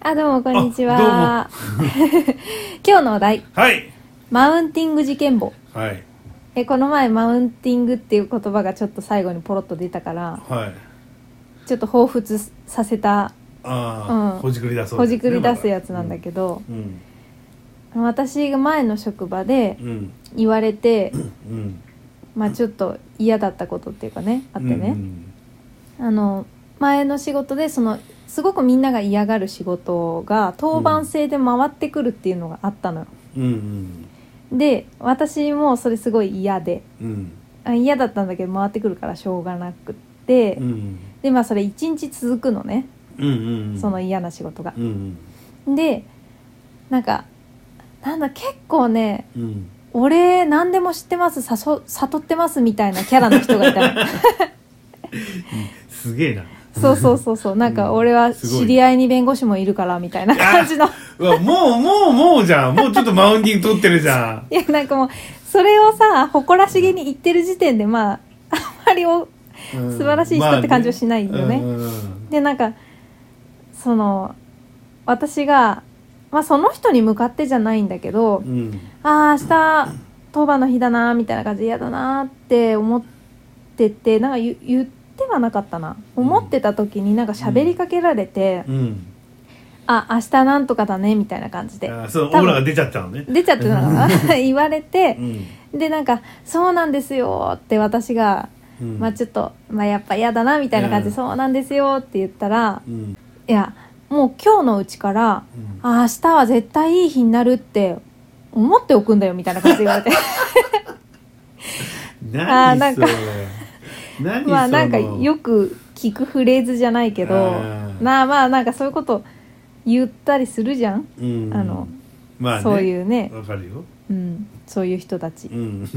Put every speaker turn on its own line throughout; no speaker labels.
あ、どうも、こんにち
あ
は。 今日のお題、
はい
マウンティング事件簿。
はい
え、この前、マウンティングっていう言葉がちょっと最後にポロッと出たから、
はい
ちょっと彷彿させた、
ああ、
うん
ほじくり出そう
ほじくり出すや
つ
つなんだけど、
うん
私が前の職場で
うん
言われて、
うん
まあちょっと嫌だったことっていうかね、あ
あ
ってね。あの前の仕事でそのすごくみんなが嫌がる仕事が当番制で回ってくるっていうのがあったのよ、
うんうん
で私もそれすごい嫌で
うん
あ嫌だったんだけど回ってくるからしょうがなくって、
うん
でまあそれ1日続くのね、
うんうんうん
その嫌な仕事が
う、ん
でなんかなんだ結構ね
うんうん
俺何でも知ってますさそ悟ってますみたいなキャラの人がいたの
すげえな
そうそうそうそうなんか俺は
すご
知
い
り合いに弁護士もいるからみたいな感じの
うわもうもうもうじゃんもうちょっとマウンティング取ってるじゃん
いやなんかもうそれをさ誇らしげに言ってる時点でまああんまりお
素
晴らしい人って感じはしないよね
うん
でなんかその私が、まあ、その人に向かってじゃないんだけど、
うん
ああ明日当番の日だなみたいな感じで嫌だなって思っててなんか言言ってはなかったな
うん
思ってた時になんか喋りかけられて、
うん
あ明日なんとかだねみたいな感じで
あそうオ
多分
ーラが出ちゃったのね
出ちゃってたのか な言われて
う、ん
でなんか「そうなんですよ」って私が
うん
まあちょっと、まあ、やっぱ嫌だなみたいな感じで、
うん
そうなんですよって言ったら、
うん
いやもう今日のうちから、
うん
あ明日は絶対いい日になるって思っておくんだよみたいな感じで言われ てあーな
何
ん
そ
か
れ何その
まあなんかよく聞くフレーズじゃないけど
あー
まあまあなんかそういうこと言ったりするじゃん、
うん
あの
まあね
そういうね、
わかるよ
うん、そういう人たち
う。ん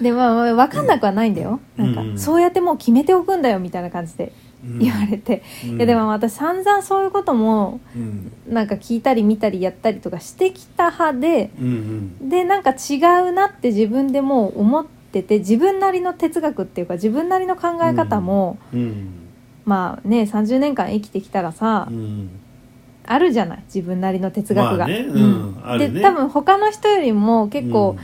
でまあまあ分かんなくはないんだよ、
うん
な
うんん
かそうやってもう決めておくんだよみたいな感じで言われて、
うん
いやでも私散々そういうことも
うん
なんか聞いたり見たりやったりとかしてきた派で
うんうん
でなんか違うなって自分でもう思ってて自分なりの哲学っていうか自分なりの考え方も、
うん
まあね30年間生きてきたらさ、
うん
あるじゃない自分なりの哲学が。
まあねうんあるね
で多分他の人よりも結構、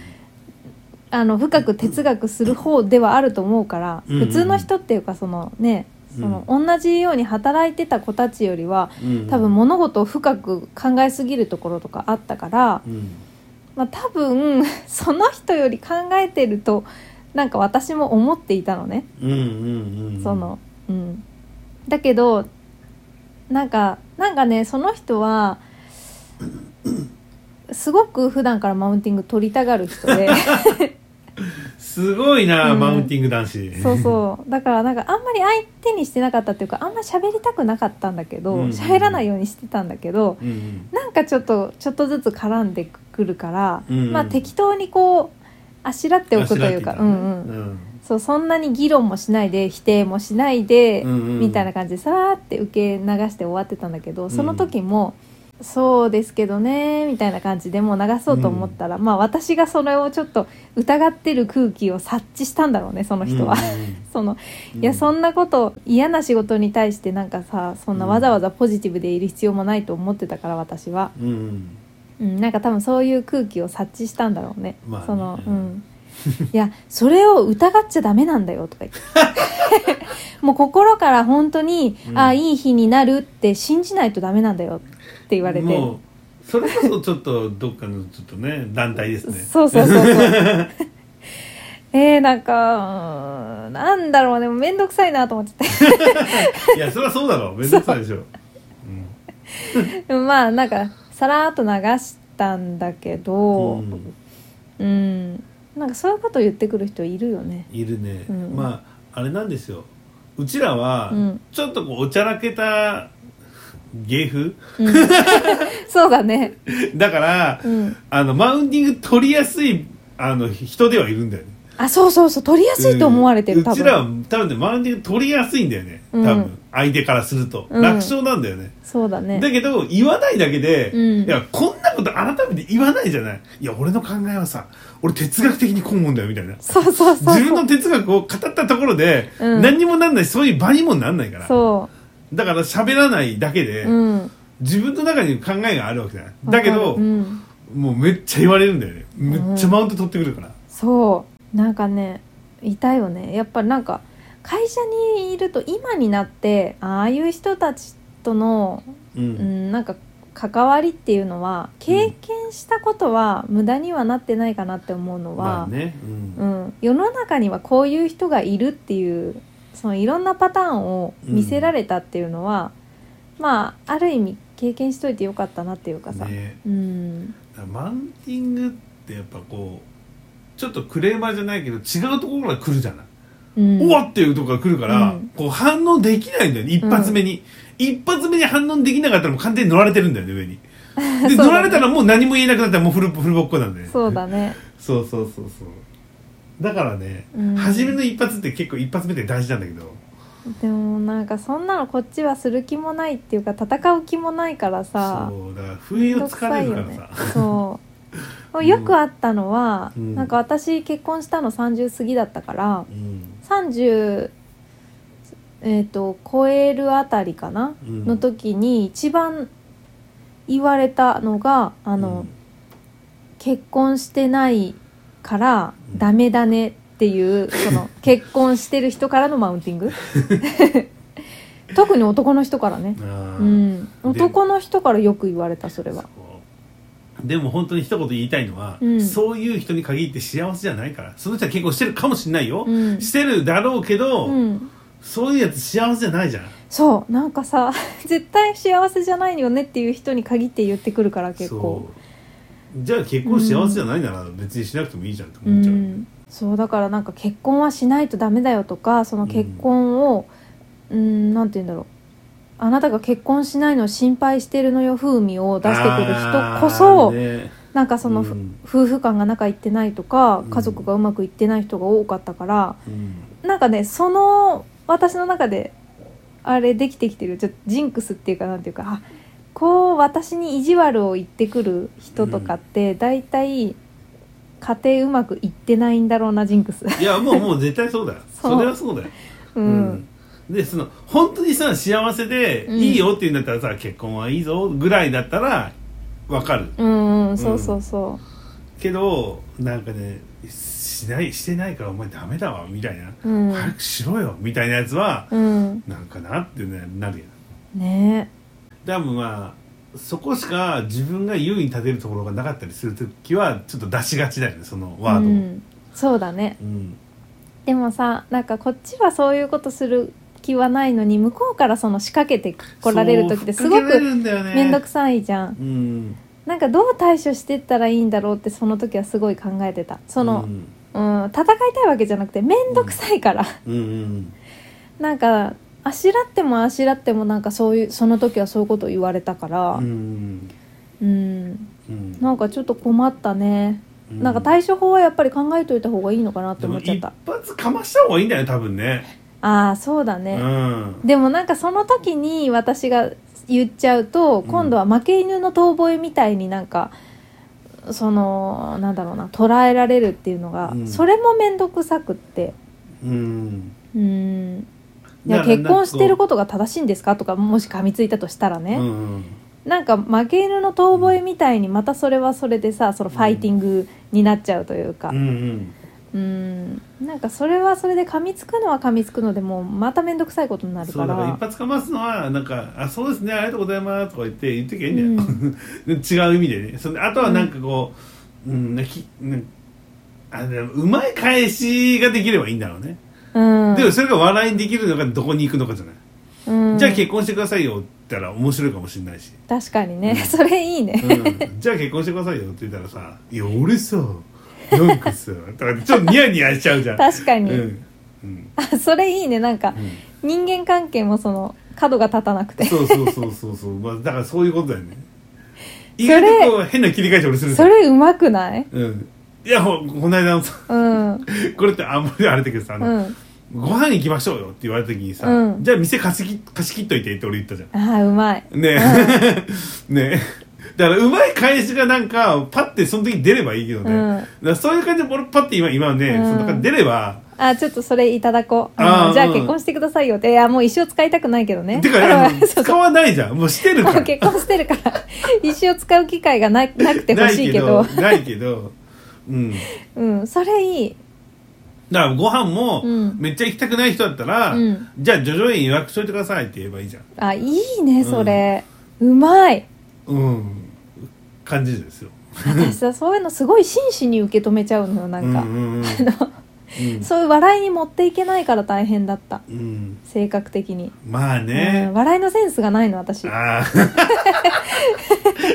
あの深く哲学する方ではあると思うから、
うん
普通の人っていうかそのねその同じように働いてた子たちよりは
うん
多分物事を深く考えすぎるところとかあったから、
うん
まあ、多分 その人より考えてるとなんか私も思っていたのね、
うんうんうん
その、うん、だけどなんかなんかねその人 はすごく普段からマウンティング取りたがる人 で。
すごいな
うん
マウンティング男子
そうそうだからなんかあんまり相手にしてなかったっていうかあんま喋りたくなかったんだけど
うん
喋、らないようにしてたんだけど
うん
なんかちょっとちょっとずつ絡んでくるから、
うん
まあ適当にこうあしらっておくというか
あしらってた
う
ね
んうんそうそんなに議論もしないで否定もしないで、
うんうん
みたいな感じでさーって受け流して終わってたんだけどその時も。そうですけどねみたいな感じでもう流そうと思ったら、まあ私がそれをちょっと疑ってる空気を察知したんだろうねその人は、 そのいやそ
な、
んなこと嫌な仕事に対してなんかさそんなわざわざポジティブでいる必要もないと思ってたから私は、
うんうん
うん、なんか多分そういう空気を察知したんだろうね、
まあね
そのう
うん
んいやそれを疑っちゃダメなんだよとか言って もう心から本当に、
うん
あいい日になるって信じないとダメなんだよって言われて
もうそれこそちょっとどっかのちょっとね団体ですね
そうそうそうそう えー、なんかうーんなんだろうねもう面倒くさいなと思ってて
いやそれはそうだろうめんどくさいでしょ
でも まあなんかさらーっと流したんだけ
うん
ど
う
うん
ん、
なんかそういうこと言ってくる人いるよね
いるね、
うん
まああれなんですようちらは
うん
ちょっとこうおちゃらけた芸風
うんそうだね
だから、
うん
あのマウンティング取りやすいあの人ではいるんだよね
あそうそうそう取りやすいと思われてる、
うん
多
うちらは
分
多分ねマウンティング取りやすいんだよね多分、
うん
相手からすると、
うん
楽勝なんだよね
そうだね
だけど言わないだけで、
うん
いやこんなこと改めて言わないじゃないいや俺の考えはさ俺哲学的にこう思うんだよみたいな
そうそうそう
自分
そう
の哲学を語ったところで、
うん
何にもなんないそういう場にもなんないから
そ
だから喋らないだけで、
ううん
自分の中に考えがあるわけじゃないだけ
わ
ど、
かるうん、
もうめっちゃ言われるんだよねめっちゃマウント取ってくるから、
そうなんかねいたよねやっぱりなんか会社にいると今になってああいう人たちとの、
うん
うん、なんか関わりっていうのは経験したことは無駄にはなってないかなって思うのは、
まあね、うん
うん、世の中にはこういう人がいるっていうそのいろんなパターンを見せられたっていうのは、まあある意味経験しといてよかったなっていうかさ、
ね
うん
だからマウンティングってやっぱこうちょっとクレーマーじゃないけど違うところから来るじゃない、
うん
うわっていうところから来るから、
うん
こう反応できないんだよね一発目に、一発目に反応できなかったらもう完全に乗られてるんだよね上 にで、
そうだね
乗られたらもう何も言えなくなったらもうフルフルボッコなんで
そうだね
そうそうそうそうだからね、
うん
初めの一発って結構一発目って大事なんだけど
でもなんかそんなのこっちはする気もないっていうか戦う気もないからさ
そうだから不意をつかれるからさ
そうよくあったのは、
うん
なんか私結婚したの30過ぎだったから
うん
30えっ、と超えるあたりかな
うん
の時に一番言われたのが「あの結婚してないから
うん
ダメだね」っていうそ の結婚してる人からのマウンティング 特に男の人からね
うんあー
うん
で
男の人からよく言われたそれは
そうでも本当に一言言いたいのは、
うん
そういう人に限って幸せじゃないからその人は結婚してるかもしれないよ、
うん
してるだろうけど、
うん
そういうやつ幸せじゃないじゃん
そうなんかさ絶対幸せじゃないよねっていう人に限って言ってくるから結構
そうじゃあ結婚幸せじゃないなら別にしなくてもいいじゃんって思っちゃう、
ん、そうだからなんか結婚はしないとダメだよとかその結婚をうんなんて言うんだろうあなたが結婚しないのを心配してるのよ風味を出してくる人こそ、
あーね
なんかその、ふ
うん
夫婦間が仲いってないとか
うん
家族がうまくいってない人が多かったから、
うん
なんかねその私の中であれできてきてるちょっとジンクスっていうかなんていうかあこう私に意地悪を言ってくる人とかって大体家庭うまくいってないんだろうなジンク ス。
いやもうもう絶対そうだよ
そう
それはそうだよ、
うん、
うんでその本当にさ幸せで
うん
いいよって言うんだったらさ、結婚はいいぞぐらいだったらわかる
うん、うん、そうそうそ
けどなんかねしないしてないからお前ダメだわみたいな、
う。うん、
早くしろよみたいなやつは
うん、
なんかなってねなるやん
ね
多分まあそこしか自分が優位に立てるところがなかったりする時はちょっと出しがちだよねその
え、
ワードを、う
うんん、そうだね。でもさなんかこっちはそういうことする気はないのに向こうからその仕掛けてこられる時ってすごく面
面
倒くさいじゃん。
うん
なんかどう対処してったらいいんだろうってその時はすごい考えてたその
う、
う
ん
ん、戦いたいわけじゃなくて面倒くさいから、
うんうん、
なんかあしらってもあしらってもなんかそういうその時はそういうこと言われたから
うんうん
うん、
うん
なんかちょっと困ったね、
う
なんか対処法はやっぱり考えといた方がいいのかなって
で
思
も
っちゃっ
一
た
発かました方がいいんだよね多分ね
ああそうだ
う
ね、
ん
でもなんかその時に私が言っちゃうと
ん
今度は負け犬の遠吠えみたいになんかそのなんだろうな捉えられるっていうのが、
うん
それも面倒くさくって
うん
うんい
だ
や
から
結婚してる
こ
ことが正しいんですかとかもし噛みついたとしたら
とう
ね、
んうん
なんか負け犬の遠吠えみたいにまたそれはそれでさそのファイティングになっちゃうというか、
うんうん
うんなんかそれはそれで噛みつくのは噛みつくのでもうまた面倒くさいことになる
そ
か
うだから一
ら。
発かますのはなんか「あそうですねありがとうございます」とか言って言ってきゃいいんだよ、
う
違う意味 でねそれであとはなんかこう、うんきなんあでもうまい返しができればいいんだろうね、
うん
でもそれが笑いにできるのがどこに行くのかじゃない、
うん
じゃあ結婚してくださいよって言ったら面白いかもしれないし、
確かにね、それいいね、
うん、じゃあ結婚してくださいよって言ったらさ「いや俺さなんかさ」とかちょっとニヤニヤしちゃうじゃん
確か
う
に、
ん、うん
あそれいいねなんか、
うん
人間関係もその角が立たなくて
そうそうそうそうそう、まあ、だからそういうことだよね意外とこう変な切り返し俺するんです
そ
よ
れうまくない
うんいやほこの間のさ
うんうん
これってあんまりあれだけどさ、あの
あ
ご飯行きましょうよって言われた時にさ、
うん
じゃあ店貸し切貸し切っといてって俺言ったじゃ
ーうまい
んねえ ねえだからうまい返しがなんかパッてその時出ればいいけどね、
うん
だからそういう感じで俺パッて今今ね、
うん
その中出れば
あちょっとそれいただこう
あー
あのじゃあ
うん
結婚してくださいよっていやもう一生使いたくないけどね
て か、あの
そう
使わないじゃん。もうしてるか
も
ら
う。結婚してるから 一生使う機会がななくてほしいけど
ないけど。うん。だ
うんそれいい
からご飯も
うん
めっちゃ行きたくない人だったら、
うん
じゃあ叙々苑予約しといてくださいって言えばいいじゃん。
あいいねそれ、うまい
うん。感じですよ。
私さそういうのすごい真摯に受け止めちゃうのよなんか、
うんうんうん、うん
そういう笑いに持っていけないから大変だった
うん。
性格的に、
まあ
うん
ね。
笑いのセンスがないの私
あ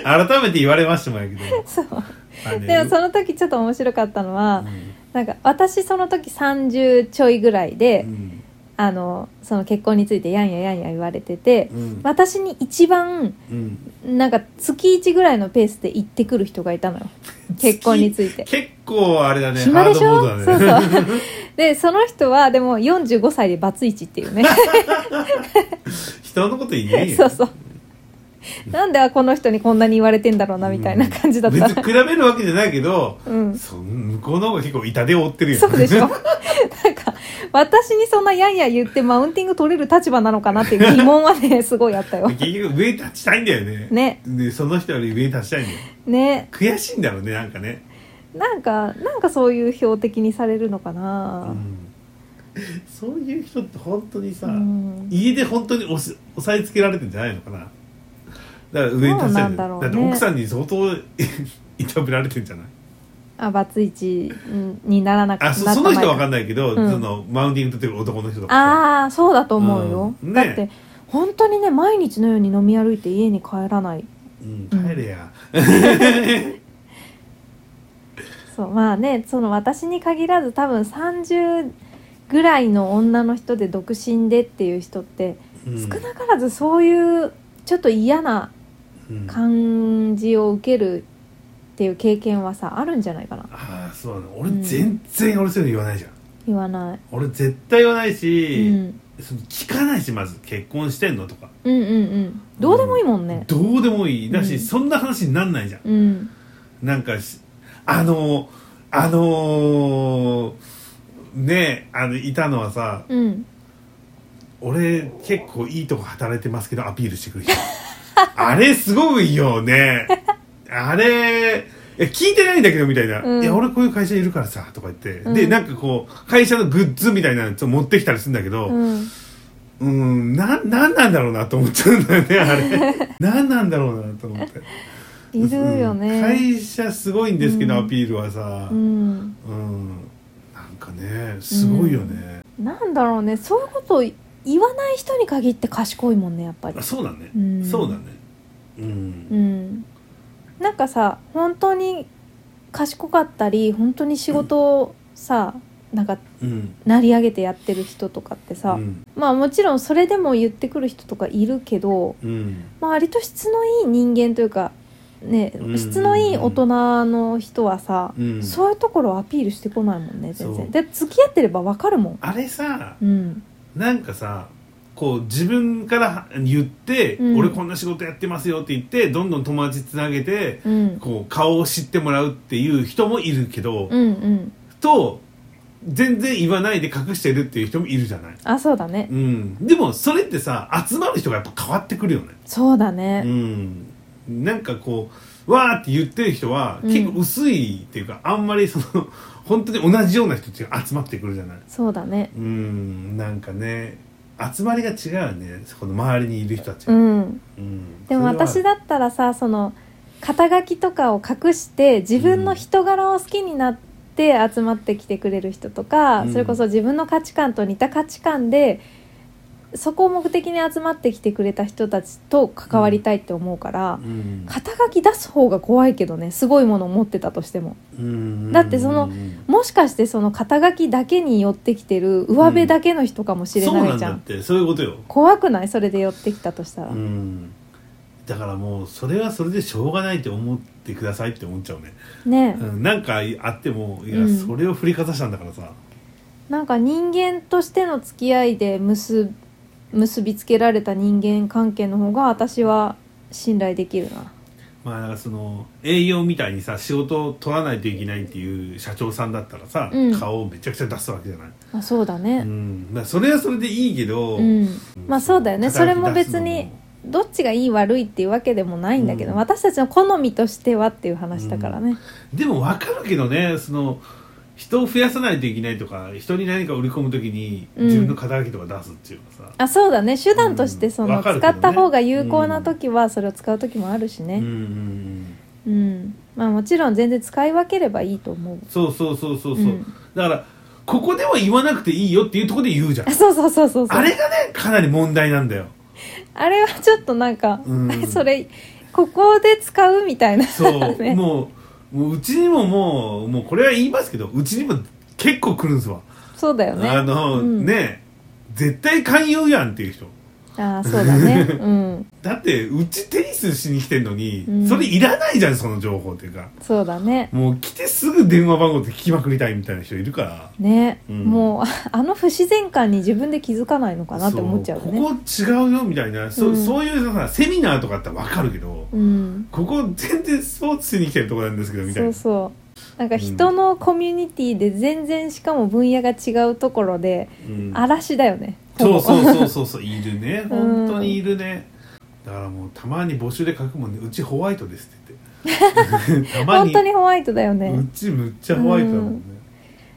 あ。改めて言われましたもんやけど。
そう
まあね
でもその時ちょっと面白かったのは、
うん
なんか私その時30ちょいぐらいで、
うん
あのその結婚についてやんややんや言われてて、
うん
私に一番
うん
なんか月1ぐらいのペースで行ってくる人がいた のよ結婚について
結構あれだね
暇でしょ、
ハードモー
そ
ド
う
だね
そう でその人はでも45歳でバツイチっていうね
人のこと言えんよ
そうそうなんでこの人にこんなに言われてんだろうなみたいな感じだった、
別に比べるわけじゃないけど、
うん
そ向こうの方が結構痛手を負ってるよ
そうでしょ な
う
んか私にそんなやんや言ってマウンティング取れる立場なのかなっていう疑問はねすごいあったよ
結局上立ちたいんだよね
ね
でその人より上立ちたいんだよ
ね
悔しいんだろうねなんかね、
なんかなんかそういう標的にされるのか
う
な、
ん、 そういう人って本当にさ、
うん
家で本当に押し押さえつけられてんじゃないのかなだから上に立ち
そう
た
ないんだろうね
って奥さんに相当いたぶられてんじゃない
あバツイチにならなくな
あ
った
そその人は
前
分かんないけど、
うん
そのマウンティング取ってる男の人とかさ
ああそうだと思うよ、
うん
だ
ね
って本当にね毎日のように飲み歩いて家に帰らない
うん、帰れや、
そうまあねその私に限らず多分30ぐらいの女の人で独身でっていう人って、
うん
少なからずそういうちょっと嫌な
うん
感じを受けるっていう経験はさあるんじゃないかな
ああそうだね俺全然俺そういうの言わないじゃん、
言わない、
俺絶対言わないし、
うん、
その聞かないしまず結婚してんのとか、
うんうんうんどうでもいいもんね
どうでもいいだし、
うん
そんな話になんないじゃん
うん
なんかしあのあのねえあのいたのはさ
うん
俺結構いいとこ働いてますけどアピールしてくる 人あれすごいよねあれいや聞いてないんだけどみたいな、
うん
いや俺こういう会社いるからさとか言って、
うん
でなんかこう会社のグッズみたいなのちょっと持ってきたりするんだけど、
うん
うん、な、なんなんだろうなと思っちゃうんだよね、あ れ。なんなんだろうなと思って。
いるよ
うん
ね
会社すごいんですけど、
うん
アピールはさ、
う
うん、
ん
なんかね、すごいよね。
なんだろうねそういうことを言わない人に限って賢いもんねやっぱり
あ、そうだね、
うん
そうだね。うん。
うんなんかさ本当に賢かったり本当に仕事をさ、なんか
うん。
成り上げてやってる人とかってさ、
うん。
まあもちろんそれでも言ってくる人とかいるけど、
うん。
まあ、割と質のいい人間というかね
うん
質のいい大人の人はさ、
うん
そういうところをアピールしてこないもんね全
そう
然で付き合ってればわかるもん
あれさ、
うん
なんかさ、こう自分から言って、
うん
俺こんな仕事やってますよって言って、どんどん友達つなげて、
うん
こう顔を知ってもらうっていう人もいるけど、
うんうん
と全然言わないで隠してるっていう人もいるじゃない、
あそうだね
うん、でもそれってさ集まる人がやっぱ変わってくるよね、
そうだ
う
ね
ん、なんかこうわーって言ってる人は
うん
結構薄いっていうか、あんまりその 本当に同じような人たちが集まってくるじゃない
そうだね
うんなんかね集まりが違うねこの周りにいる人たち
う
が、
ん
うん
でも私だったらさその肩書きとかを隠して自分の人柄を好きになって集まってきてくれる人とか、
うん
それこそ自分の価値観と似た価値観でそこを目的に集まってきてくれた人たちと関わりたいって思うから
そ、れはうん
肩書き出す方が怖いけどねすごいものを持ってたとしても
うん
だってその
うん
もしかしてその肩書きだけに寄ってきてる上辺だけの人かもしれ
そう
な
ないん
じゃ
だ
ん,、
ってそういうことよ
怖くないそれで寄ってきたとしたら、
うん、だからもうそれはそれでしょうがないと思ってくださいって思っちゃうね、
ねえ
うん、なんかあってもいや、
うん
それを振りかざしたんだからさ
なんか人間としての付き合いで結結びつけられた人間関係の方が私は信頼できるな
まあなんかその営業みたいにさ仕事を取らないといけないっていう社長さんだったらさ、
うん
顔をめちゃくちゃ出すわけじゃない、
まあ、そうだね、
うんまあ、それはそれでいいけど、
うん、まあそうだよねそれ
働き
も
出す
別
の
にどっちがいい悪いっていうわけでもないんだけど、
うん
私たちの好みとしてはっていう話だからね、
でも分かるけどねその人を増やさないといけないとか人に何か売り込む時に
うん
自分の肩書きとか出すっていうかさ、
あそうだね手段としてその、
わかるけ
使
どね
った方が有効な時はそれを使う時もあるし
うんうん
ね
うん、
うん、まあもちろん全然使い分ければいいと思う
そうそうそうそうそう、
うん
だからここでは言わなくていいよっていうところで言うじゃん
あそうそうそうそうそう
あれがねかなり問題なんだよ
あれはちょっとなんか、
う ん
それここで使うみたいな
そ う、
ね
もうもううちにももうもうこれは言いますけどうちにも結構来るんですわ、
そうだよね
あの、
うん
ね絶対寛容やんっていう人
あーそうだね うん
だってうちテニスしに来てんのに、
うん
それいらないじゃんその情報っていうか
そうだね
もう来てすぐ電話番号って聞きまくりたいみたいな人いるから
ね、
うん
もうあ の不自然感に自分で気づかないのかなって思っちゃうよね
そこ違うよみたいなそ,、
う
うんそういうさセミナーとかだってわかるけど、
うん、
ここ全然スポーツしに来てるとこなんですけどみた
そ
いな
うそうなんか人のコミュニティで全然しかも分野が違うところで
うん
嵐だよね、
そう
ほぼ
そうそうそうそういるね
うん
本当にいるね、だからもうたまに募集で書くもんねうちホワイトですって言って たま
本
に
当にホワイトだよね、
うちむっちゃホワイトだもんね、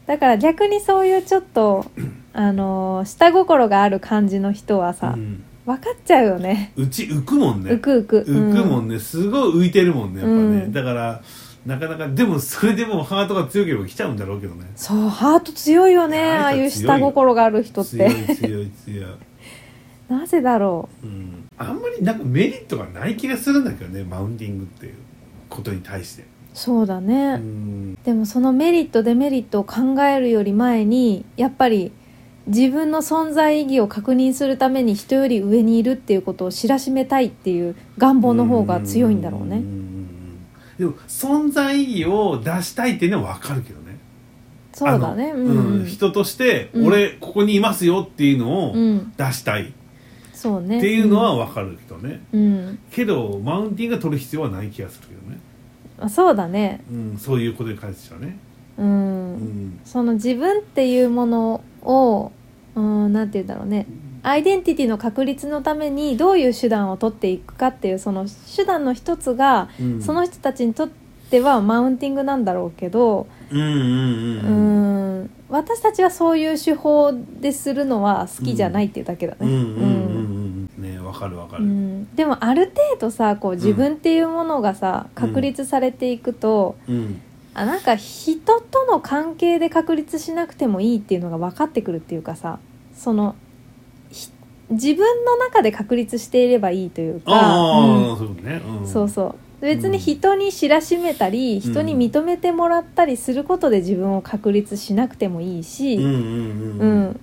だから逆にそういうちょっとあのー下心がある感じの人は
う
さ、
ん、
分かっちゃうよね
うち浮くもんね
うくうく
浮くも
うん
ねすごい浮いてるもんねやっぱね、
うん
だからなかなかでもそれでもハートが強ければ来ちゃうんだろうけどね
そうハート強いよね
ハート強い
ああいう下心がある人っ
強
て
い強い強い、
なぜだろ
うん、あんまりなんかメリットがない気がするんだけどねマウンティングっていうことに対して、
うそうだね、
うん、
でもそのメリットデメリットを考えるより前にやっぱり自分の存在意義を確認するために人より上にいるっていうことを知らしめたいっていう願望の方が強いんだろうね
んんうんうんでも存在意義を出したいっていうのは分かるけどね
そうだね
あ
う
の
んうん、
人として
うん
俺ここにいますよっていうのを
うん、
出したいっ
そうね
ていうのは分かるけどね、
うん、
けどマウンティングが取る必要はない気がするけどね、
あそうだね
うん、そういうことに関してはね、
うん、
うん
その自分っていうものをうんなんて言うんだろうねアイデンティティの確立のためにどういう手段を取っていくかっていうその手段の一つが
うん、
その人たちにとってはマウンティングなんだろうけど、
うんうん
う
うんう
ー
ん
ん私たちはそういう手法でするのは好きじゃないっていうだけだね。
うんうん
う
う
ん
んうんねわかるわか
う
る、
んでもある程度さこう自分っていうものがさ、確立されていくと、
うん、
あなんか人との関係で確立しなくてもいいっていうのが分かってくるっていうかさそのひ自分の中で確立していればいいというか。うん
ああ、そうね、うん、
そうそう別に人に知らしめたり、人に認めてもらったりすることで自分を確立しなくてもいいし、
うんうん
う
うんん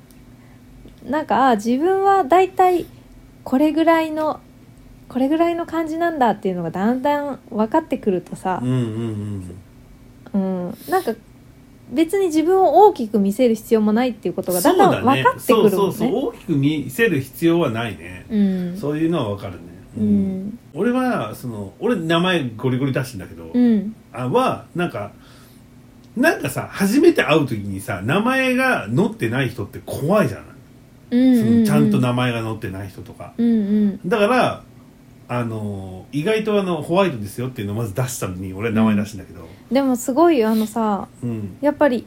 なんかあ自分はだいたいこれぐらいのこれぐらいの感じなんだっていうのがだんだん分かってくるとさ
うん、うん
うんなんか別に自分を大きく見せる必要もないっていうこと
うん
がだんだん分かってくるも
そうだねそうそうんそう
ね。
大きく見せる必要はないね、
うん
そういうのはわかるね、
うん
俺はその俺名前ゴリゴリ出してんだけど、
うん
あはなんかなんかさ初めて会う時にさ名前が載ってない人って怖いじゃない、
う
そ
んう
の
ん
ちゃんと名前が載ってない人とか
うんうん
だからあの意外とあのホワイトですよっていうのをまず出したのに俺は名前出してんだけど、
でもすごいよあのさ
うん、
やっぱり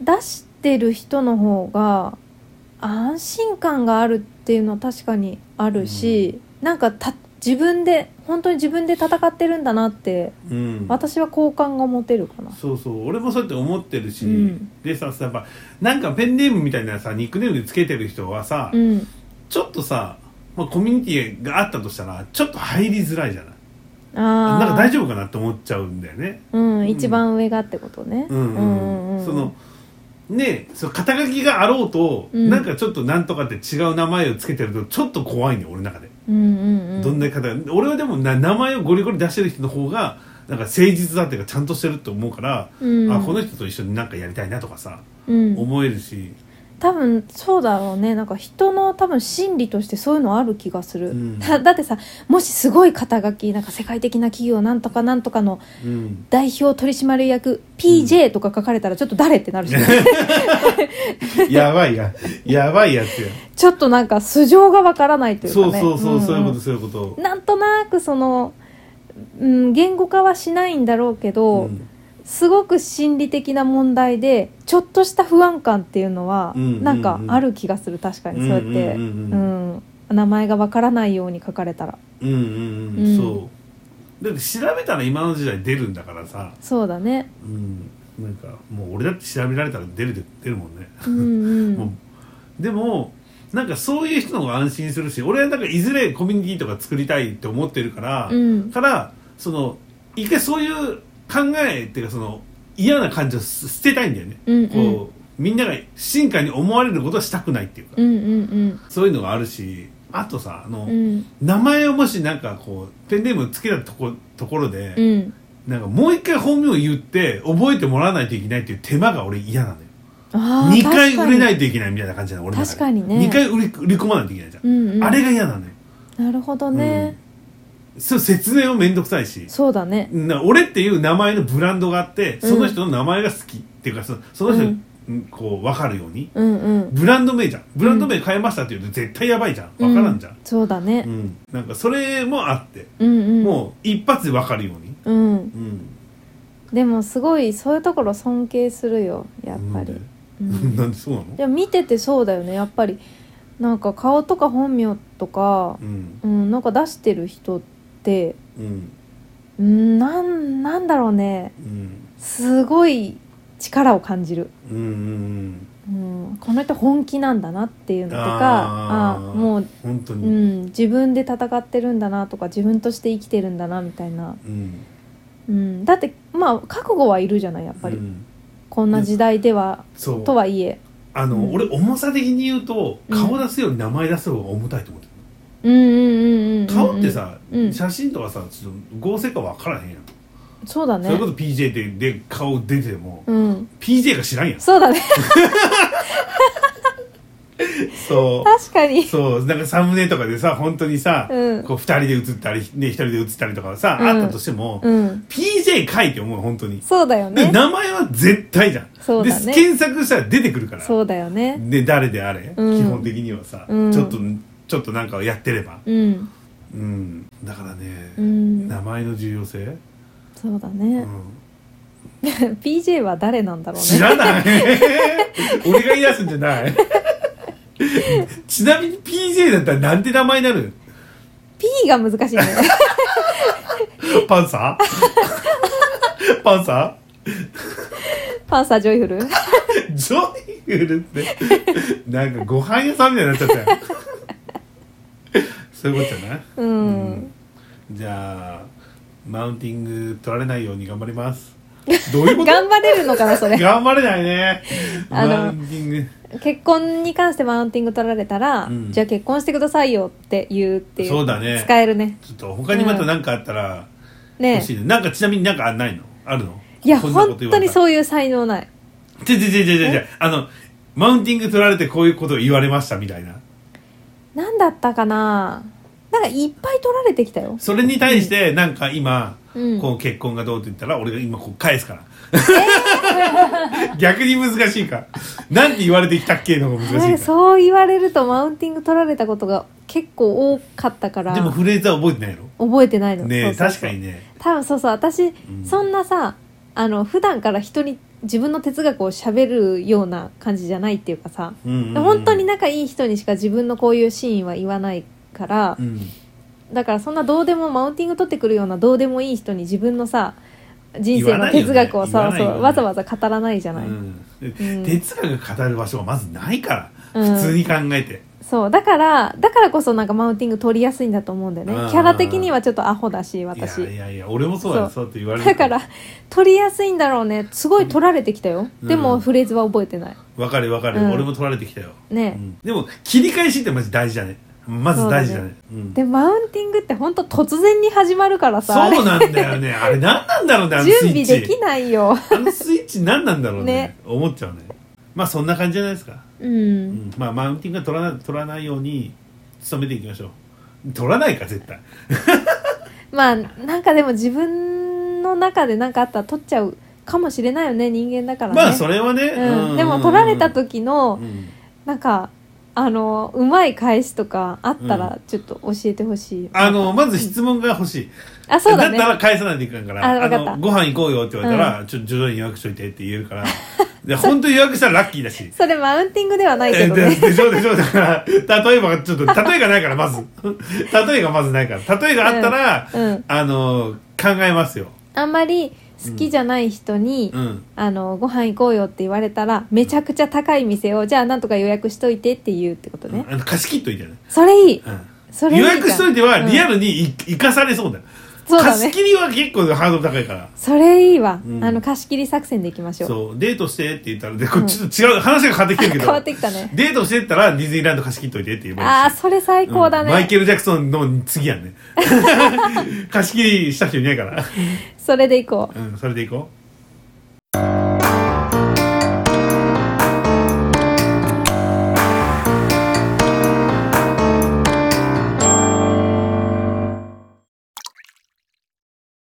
出してる人の方が安心感があるっていうのは確かにあるし、なんかた自分で本当に自分で戦ってるんだなって
うん、
私は好感が持てるかな。
そうそう俺もそうやって思ってるし、
うん
でさやっぱなんかペンネームみたいなさニックネームでつけてる人はさ、
うん、
ちょっとさ、まあ、コミュニティがあったとしたらちょっと入りづらいじゃない
あー
なんか大丈夫かなって思っちゃうんだよね
うん、一番上がってことね。
うんうんうんそのねその肩書きがあろうと、
うん
なんかちょっとなんとかって違う名前をつけてるとちょっと怖いね俺の中で、
うんうんうん、
どんな方が俺はでもな名前をゴリゴリ出してる人の方がなんか誠実だっていうかちゃんとしてると思うから、
うん
あこの人と一緒になんかやりたいなとかさ、
うん
思えるし
多分そうだろうねなんか人の多分心理としてそういうのある気がする、
うん
だだってさもしすごい肩書きなんか世界的な企業なんとかなんとかの
うん
代表取締役 PJ とか書かれたらちょっと誰ってなるし、
やば いややばいやつや
ちょっとなんか素性がわからないというか
そう
ね
そうそう、
んん
そういうことそういうこと
なんとなくその、うん、言語化はしないんだろうけど、
うん
すごく心理的な問題でちょっとした不安感っていうのは
うんうんうん
なんかある気がする確かにそうやって、
う
うん
う
ん
んうんう
名前がわからないように書かれたら
うんうんうん、
うん
そうだって調べたら今の時代出るんだからさ
そうだね
うんなんかもう俺だって調べられたら出るで出るもんね、
うんう
も
ん
うでもなんかそういう人の方が安心するし俺はなんかいずれコミュニティとか作りたいって思ってるから、
うん
からその一回そういう考えっていうかその嫌な感じをす捨てたいんだよね、
うんうん
こうみんなが進化に思われることはしたくないっていうか、
うんうん
そういうのがあるしあとさあ
う
の、
んうん
名前をもしなんかこうペンネームつけたとこところで、
うん
なんかもう一回本名を言って覚えてもらわないといけないっていう手間が俺嫌なのよ
あ
2回売れないいといけないみたいな感じなの俺の中
確
で
かにね
2回売り売り込まないといけないじゃん、
うんうん
あれが嫌なのよ、
なるほどね、
うん、そう説明もめんどくさいし
そうだね
な俺っていう名前のブランドがあってその人の名前が好きっていうかそのその人に、うんこう分かるように
うんうん
ブランド名じゃんブランド名変えましたって言うと絶対やばいじゃん分からんじゃん
う、そうだね
うんなんかそれもあって
うんうん
もう一発で分かるように、
う、うん、
うん、
でもすごいそういうところ尊敬するよやっぱり、う
なん
ん
で,、 なんでそうなの
いや見ててそうだよねやっぱりなんか顔とか本名とか
う、ん
うん、なんか出してる人って、う
うん
ん、なんなんだろうね
うん
すごい力を感じる、
うんうん
うん、この人本気なんだなっていうのとか
あ
あ
ー
もう、
本当
う
に、
ん、自分で戦ってるんだなとか自分として生きてるんだなみたいな、
うん
うん、だってまあ覚悟はいるじゃないやっぱり、
うん
こんな時代では、
そう
とはいえ
あの、
うん
俺重さ的に言うと
うん
顔出すより名前出す方が重たいと思ってる
うんうんうんうんうんうん
顔ってさ、
うん
写真とかさちょっと合成か分からへんやん、
そうだ
それ
ね
こそ PJ でで顔出ても、
うん
PJ が知らんやん
そうだね
そ
確か
う
に
そうなんかサムネとかでさ本当にさ、
うん
こう二人で写ったり、ね、一人で写ったりとかさ、
うん
あったとしても、
うん
PJ かいって思う本当に、
そうだよ
で
ね
名前は絶対じゃん
そうだね
で検索したら出てくるから
そうだよね
で誰であれ、
うん
基本的にはさ、
うん
ちょっとちょっとなんかをやってれば
うん
うんだからね、
うん
名前の重要性、
そうだ
う
ね
ん
PJ は誰なんだろう
知
ね
らない俺が言い出すんじゃないちなみに PJ だったらなんて名前になる
P が難 しいね
パンサ ーパンサ
パンサージョイフル
ージョイフルってなんかご飯屋さんみたいになっちゃったよそういうことじゃない
うん
じゃあマウンティング取られないように頑張り ます。どういうこと？
頑張れるのかなそれ
頑張れないね。
あの
マウンティング。
結婚に関してマウンティング取られたら、
うん
じゃあ結婚してくださいよって言うっていう
そうだね
使えるね
ちょっと他にまた何かあったら欲
ね
しいね。なんかちなみになんかないの？あるの？
いや
こんなこ
本
と言
当
われ
に
たら。
そういう才能ない
ちょちょちょちょちょちょあのマウンティング取られてこういうことを言われましたみたいな。
何だったかななんかいっぱい取られてきたよ
それに対してなんか今、
うん
こう結婚がどうって言ったら俺が今こう返すから。 逆に難しいか。なんて言われてきたっけの方が
な
難
んか
しいか。
そう言われるとマウンティング取られたことが結構多かったから
でもフレーズは覚えてないの？
覚えてないの
ね
そう
え
そう
確かにね。
多分そうそう私、
ん
そんなさあの普段から人に自分の哲学を喋るような感じじゃないっていうかさ、
うんうんうん
本当に仲いい人にしか自分のこういうシーンは言わないから、
うん
だからそんなどうでもマウンティング取ってくるようなどうでもいい人に自分のさ人生
言
の
わないよね
哲学を
言
さ、
わない
そ
よね
うわざわざ語らないじゃない、
うん
ん
哲学語る場所がまずないから、
うん
普通に考えて
そうだからだからこそなんかマウンティング取りやすいんだと思うんだよね
うん
キャラ的にはちょっとアホだし私
いやいやいや俺もそうだよ
そ
そうって言われる
だから取りやすいんだろうねすごい取られてきたよ、
うん
でもフレーズは覚えてない
わかるわかる、
うん
俺も取られてきたよ、う
ね、
んでも切り返しってマジ大事だねまず大事だねうん
でマウンティングって本当突然に始まるからさあれ
そうなんだよねあれ何なんだろうねあのス
準
イッチ
備できないよ
あのスイッチ何なんだろうね
ね
思っちゃうねまあそんな感じじゃないですか、
うん
う、んまあマウンティングは取らな取らないように努めていきましょう取らないか絶対
まあなんかでも自分の中で何かあったら取っちゃうかもしれないよね人間だからね、
まあそれはね、
うん、でも取られた
と
時のなんかあのうまい返しとかあったらちょっと教えてほしい、
あのまず質問が欲しい、
あそうだね
ったら返さないといけないから
あわかった
のご飯行こうよって言われたら、ちょっと徐々に予約しといてって言えるからで本当に予約したらラッキー だし
それマウンティングではないけ
え
ど
で
ね
でしょでしょだから例えばちょっと例えがないからまず例えがまずないから例えがあったら、
うん
あの考えますよ、
あんまり好きじゃない人に、
うん、
あのご飯行こうよって言われたらめちゃくちゃ高い店をじゃあなんとか予約しといてって言うってことね、
あの貸し切っといてね、
それいい
うん
それいい
予
じゃん
約しといては
うん
リアルにい生かされそうだよ
そうだ
貸し
ね
切りは結構ハードル高いから
それいいわ、
うん
あの貸し切り作戦でいきましょう
そうデートしてって言ったらでこれちょっと違う、話が変わってきてるけど
変わってきたね
デートしてったらディズニーランド貸し切っといてって言えばいいし
ああそれ最高だね、
うんマイケル・ジャクソンの次やんね 貸し切りした人いないから、
それでいこう
うん、それでいこう